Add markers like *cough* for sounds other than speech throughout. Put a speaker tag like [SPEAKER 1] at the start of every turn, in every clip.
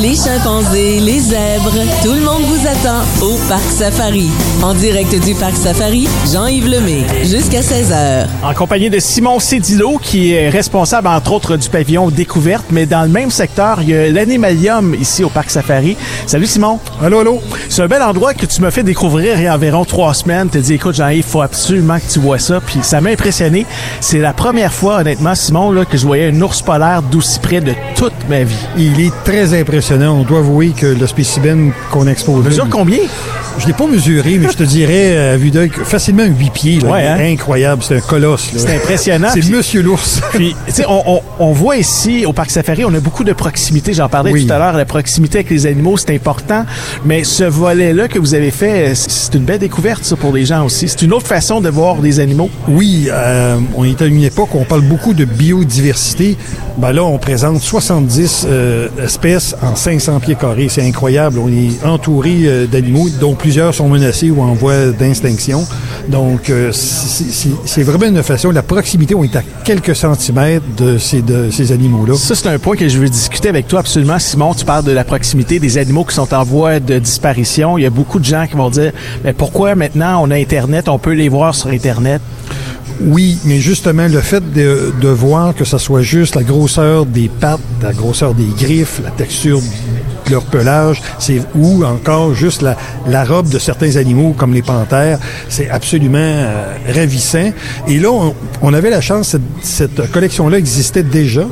[SPEAKER 1] les chimpanzés, les zèbres, tout le monde vous attend au Parc Safari. En direct du Parc Safari, Jean-Yves Lemay, jusqu'à 16h.
[SPEAKER 2] En compagnie de Simon Cédillo, qui est responsable, entre autres, du pavillon Découverte, mais dans le même secteur, il y a l'Animalium ici au Parc Safari. Salut Simon.
[SPEAKER 3] Allô, allô.
[SPEAKER 2] C'est un bel endroit que tu m'as fait découvrir il y a environ trois semaines. Tu dit, écoute, Jean-Yves, faut absolument que tu vois ça. Puis ça m'a impressionné. C'est la première fois, honnêtement, Simon, là, que je voyais un ours polaire d'aussi près de toute ma vie.
[SPEAKER 3] Il est très impressionnant. On doit avouer que le spécimen qu'on expose.
[SPEAKER 2] Mesure combien?
[SPEAKER 3] Je l'ai pas mesuré, mais je te dirais, à vue d'œil, que facilement 8 pieds. là.
[SPEAKER 2] Ouais, hein?
[SPEAKER 3] Il est Incroyable, c'est un colosse. là.
[SPEAKER 2] C'est impressionnant.
[SPEAKER 3] C'est
[SPEAKER 2] Puis-
[SPEAKER 3] Monsieur l'ours.
[SPEAKER 2] Puis, tu sais, on, on- on voit ici, au Parc Safari, on a beaucoup de proximité. J'en parlais
[SPEAKER 3] Oui.
[SPEAKER 2] tout à l'heure, la proximité avec les animaux, c'est important. Mais ce volet-là que vous avez fait, c- c'est une belle découverte, ça, pour les gens aussi. C'est une autre façon de voir des animaux.
[SPEAKER 3] Oui, euh, on est à une époque où on parle beaucoup de biodiversité. Ben là, on présente 70 euh, espèces en 500 pieds carrés. C'est incroyable. On est entouré euh, d'animaux dont plusieurs sont menacés ou en voie d'extinction. Donc, euh, c'est- c'est c'est vraiment une façon. La proximité, on est à quelques centimètres de ces, de ces animaux-là.
[SPEAKER 2] Ça, c'est un point que je veux discuter avec toi absolument, Simon. Tu parles de la proximité des animaux qui sont en voie de disparition. Il y a beaucoup de gens qui vont dire, mais pourquoi maintenant on a Internet, on peut les voir sur Internet?
[SPEAKER 3] Oui, mais justement, le fait de, de voir que ce soit juste la grosseur des pattes, la grosseur des griffes, la texture de leur pelage, c'est ou encore juste la, la robe de certains animaux comme les panthères, c'est absolument euh, ravissant. Et là, on, on avait la chance, cette, cette collection-là existait déjà,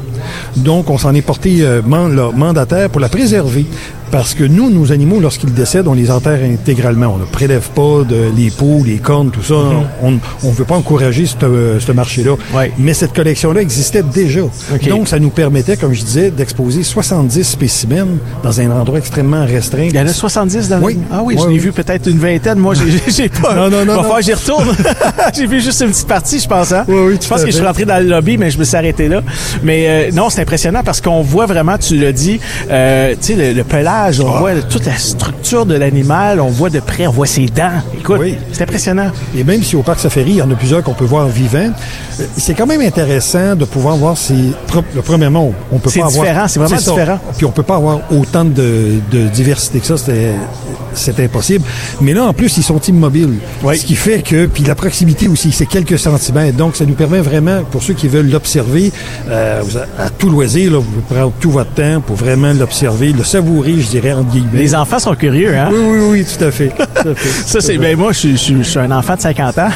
[SPEAKER 3] donc on s'en est porté euh, man- là, mandataire pour la préserver. Parce que nous, nos animaux, lorsqu'ils décèdent, on les enterre intégralement. On ne prélève pas de, les peaux, les cornes, tout ça. On ne veut pas encourager ce euh, ce marché-là.
[SPEAKER 2] Mhm. Ouais.
[SPEAKER 3] Mais cette collection-là existait déjà.
[SPEAKER 2] Ok.
[SPEAKER 3] Donc, ça nous permettait, comme je disais, d'exposer 70 spécimens dans un endroit extrêmement restreint.
[SPEAKER 2] Il y en a 70 dans
[SPEAKER 3] Oui.
[SPEAKER 2] le... Ah oui,
[SPEAKER 3] Oui,
[SPEAKER 2] j'en ai
[SPEAKER 3] oui.
[SPEAKER 2] vu peut-être une vingtaine. Moi, j'ai- j'ai j'ai pas...
[SPEAKER 3] Non, non, non,
[SPEAKER 2] Va
[SPEAKER 3] non.
[SPEAKER 2] falloir que j'y retourne. *laughs* j'ai vu juste une petite partie, je pense. Hein?
[SPEAKER 3] Oui, oui, tout
[SPEAKER 2] je pense
[SPEAKER 3] à
[SPEAKER 2] que je suis
[SPEAKER 3] fait.
[SPEAKER 2] rentré dans le lobby, mais je me suis arrêté là. Mais euh, non, c'est impressionnant parce qu'on voit vraiment, tu l'as dit, euh, tu sais, le, le pelage,
[SPEAKER 3] Ah.
[SPEAKER 2] on voit toute la structure de l'animal, on voit de près, on voit ses dents. Écoute,
[SPEAKER 3] Oui.
[SPEAKER 2] c'est impressionnant.
[SPEAKER 3] Et même si au parc Safari, il y en a plusieurs qu'on peut voir vivants, euh, c'est quand même intéressant de pouvoir voir ces... pro- le- Premièrement, on on peut
[SPEAKER 2] C'est
[SPEAKER 3] pas avoir...
[SPEAKER 2] différent, c'est vraiment
[SPEAKER 3] ça.
[SPEAKER 2] différent.
[SPEAKER 3] Puis on peut pas avoir autant de, de diversité que ça, c'était- c'est impossible. Mais là, en plus, ils sont immobiles.
[SPEAKER 2] Oui.
[SPEAKER 3] Ce qui fait que... Puis la proximité aussi, c'est quelques centimètres. Donc, ça nous permet vraiment, pour ceux qui veulent l'observer, euh, vous a- à tout loisir, là, vous pouvez prendre tout votre temps pour vraiment l'observer, le savourer, je dirais, en guillemets.
[SPEAKER 2] Les enfants sont curieux, hein?
[SPEAKER 3] Oui, oui, oui, tout à fait. Tout à fait.
[SPEAKER 2] *laughs* Ça, c'est. Ben, moi, je, suis- je suis- je suis un enfant de 50 ans.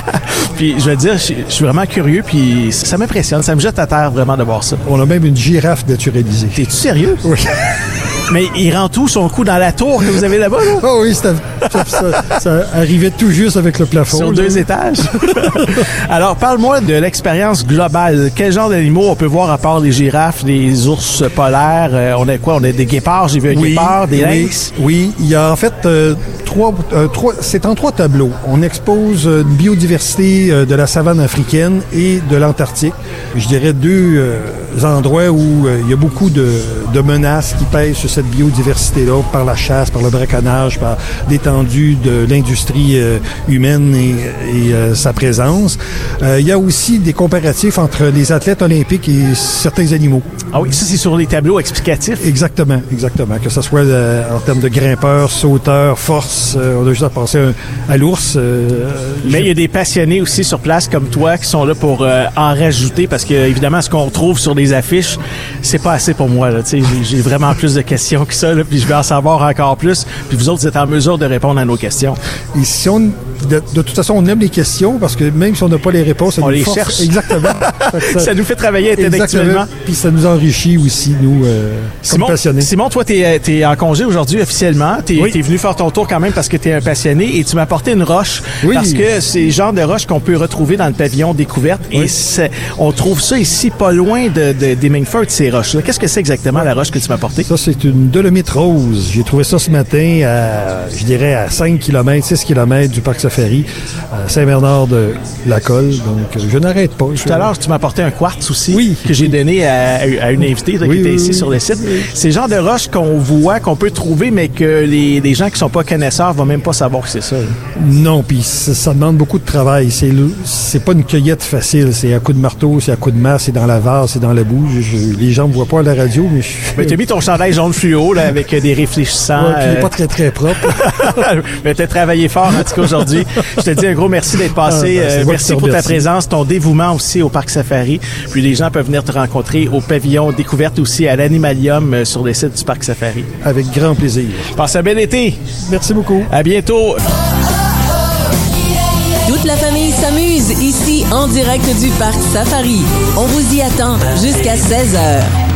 [SPEAKER 2] *laughs* puis, je veux dire, je, suis- je suis vraiment curieux, puis ça m'impressionne. Ça me jette à terre vraiment de voir ça.
[SPEAKER 3] On a même une girafe naturalisée.
[SPEAKER 2] T'es-tu sérieux?
[SPEAKER 3] Oui. *laughs*
[SPEAKER 2] Mais il rend tout son coup dans la tour que vous avez là-bas,
[SPEAKER 3] *laughs*
[SPEAKER 2] là?
[SPEAKER 3] Ah oui, ça, ça- ça- ça arrivait tout juste avec le plafond.
[SPEAKER 2] Sur
[SPEAKER 3] là.
[SPEAKER 2] deux étages. *laughs* Alors, parle-moi de l'expérience globale. Quel genre d'animaux on peut voir à part les girafes, les ours polaires? euh, on a quoi? On a des guépards, j'ai vu un guépard, des
[SPEAKER 3] oui,
[SPEAKER 2] lynx.
[SPEAKER 3] oui, il y a en fait euh, trois, euh, trois- c'est en trois tableaux. On expose euh, une biodiversité euh, de la savane africaine et de l'Antarctique. Je dirais deux euh, endroits où euh, il y a beaucoup de, de menaces qui pèsent sur cette biodiversité-là par la chasse, par le braconnage, par l'étendue de l'industrie euh, humaine et, et, euh, sa présence. Euh, il y a aussi des comparatifs entre les athlètes olympiques et certains animaux.
[SPEAKER 2] Ah oui, ça, c'est sur les tableaux explicatifs.
[SPEAKER 3] Exactement, exactement. Que ce soit euh, en termes de grimpeurs, sauteurs, force, euh, on a juste à penser euh, à l'ours. euh,
[SPEAKER 2] Mais il y a des passionnés aussi sur place comme toi qui sont là pour euh, en rajouter parce que évidemment ce qu'on trouve sur les affiches, c'est pas assez pour moi là, tu sais, j'ai- j'ai vraiment plus de questions que ça là, puis je vais en savoir encore plus, puis vous autres vous êtes en mesure de répondre à nos questions.
[SPEAKER 3] Et si on, de, de toute façon, on aime les questions parce que même si on n'a pas les réponses, ça
[SPEAKER 2] On
[SPEAKER 3] nous
[SPEAKER 2] les
[SPEAKER 3] force-
[SPEAKER 2] cherche. *laughs*
[SPEAKER 3] Exactement. Fait que
[SPEAKER 2] Ça nous fait travailler intellectuellement.
[SPEAKER 3] Exactement. Puis ça nous enrichit aussi, nous, euh,
[SPEAKER 2] Simon,
[SPEAKER 3] comme passionnés.
[SPEAKER 2] Simon, toi, t'es euh, t'es en congé aujourd'hui officiellement. T'es
[SPEAKER 3] Oui.
[SPEAKER 2] t'es venu faire ton tour quand même parce que t'es un passionné et tu m'as apporté une roche.
[SPEAKER 3] Oui.
[SPEAKER 2] Parce que c'est le genre de roche qu'on peut retrouver dans le pavillon découverte. Et c'est- on trouve ça ici pas loin de, de- des Mingford, ces roches-là. Qu'est-ce que c'est exactement la roche que tu m'as apportée?
[SPEAKER 3] Ça, c'est une dolomite rose. J'ai trouvé ça ce matin à, je dirais, à 5 km, 6 km du parc Safari, à Saint-Bernard-de-la-Colle. Donc, je n'arrête pas.
[SPEAKER 2] Tout à l'heure, tu m'apportais un quartz aussi
[SPEAKER 3] Oui.
[SPEAKER 2] que j'ai donné à, à une invitée là,
[SPEAKER 3] Oui,
[SPEAKER 2] qui était
[SPEAKER 3] oui,
[SPEAKER 2] ici
[SPEAKER 3] oui.
[SPEAKER 2] sur le site. C'est le genre de roche qu'on voit, qu'on peut trouver, mais que les, les gens qui sont pas connaisseurs vont même pas savoir que c'est ça. là.
[SPEAKER 3] Non, puis ça, ça demande beaucoup de travail. C'est le- c'est pas une cueillette facile. C'est à coup de marteau, c'est à coup de masse, c'est dans la vase, c'est dans la boue. Je- je- les gens me voient pas à la radio, mais je
[SPEAKER 2] Mais
[SPEAKER 3] *laughs*
[SPEAKER 2] t'as mis ton chandail jaune fluo là, avec euh, des réfléchissants.
[SPEAKER 3] Ouais, puis il est
[SPEAKER 2] euh, *laughs*
[SPEAKER 3] pas très très propre.
[SPEAKER 2] Mais t'as travaillé fort, en tout cas, aujourd'hui. Je te dis un gros merci d'être passé.
[SPEAKER 3] Ah, ben, c'est
[SPEAKER 2] Euh,
[SPEAKER 3] moi qui
[SPEAKER 2] merci
[SPEAKER 3] te
[SPEAKER 2] pour ta
[SPEAKER 3] remercie.
[SPEAKER 2] présence, ton dévouement aussi au Parc Safari. Puis les gens peuvent venir te rencontrer au pavillon découverte aussi à l'Animalium euh, sur le site du Parc Safari.
[SPEAKER 3] Avec grand plaisir.
[SPEAKER 2] Passe un bel été.
[SPEAKER 3] Merci beaucoup.
[SPEAKER 2] À bientôt.
[SPEAKER 1] Toute la famille s'amuse ici en direct du parc Safari. On vous y attend jusqu'à 16h.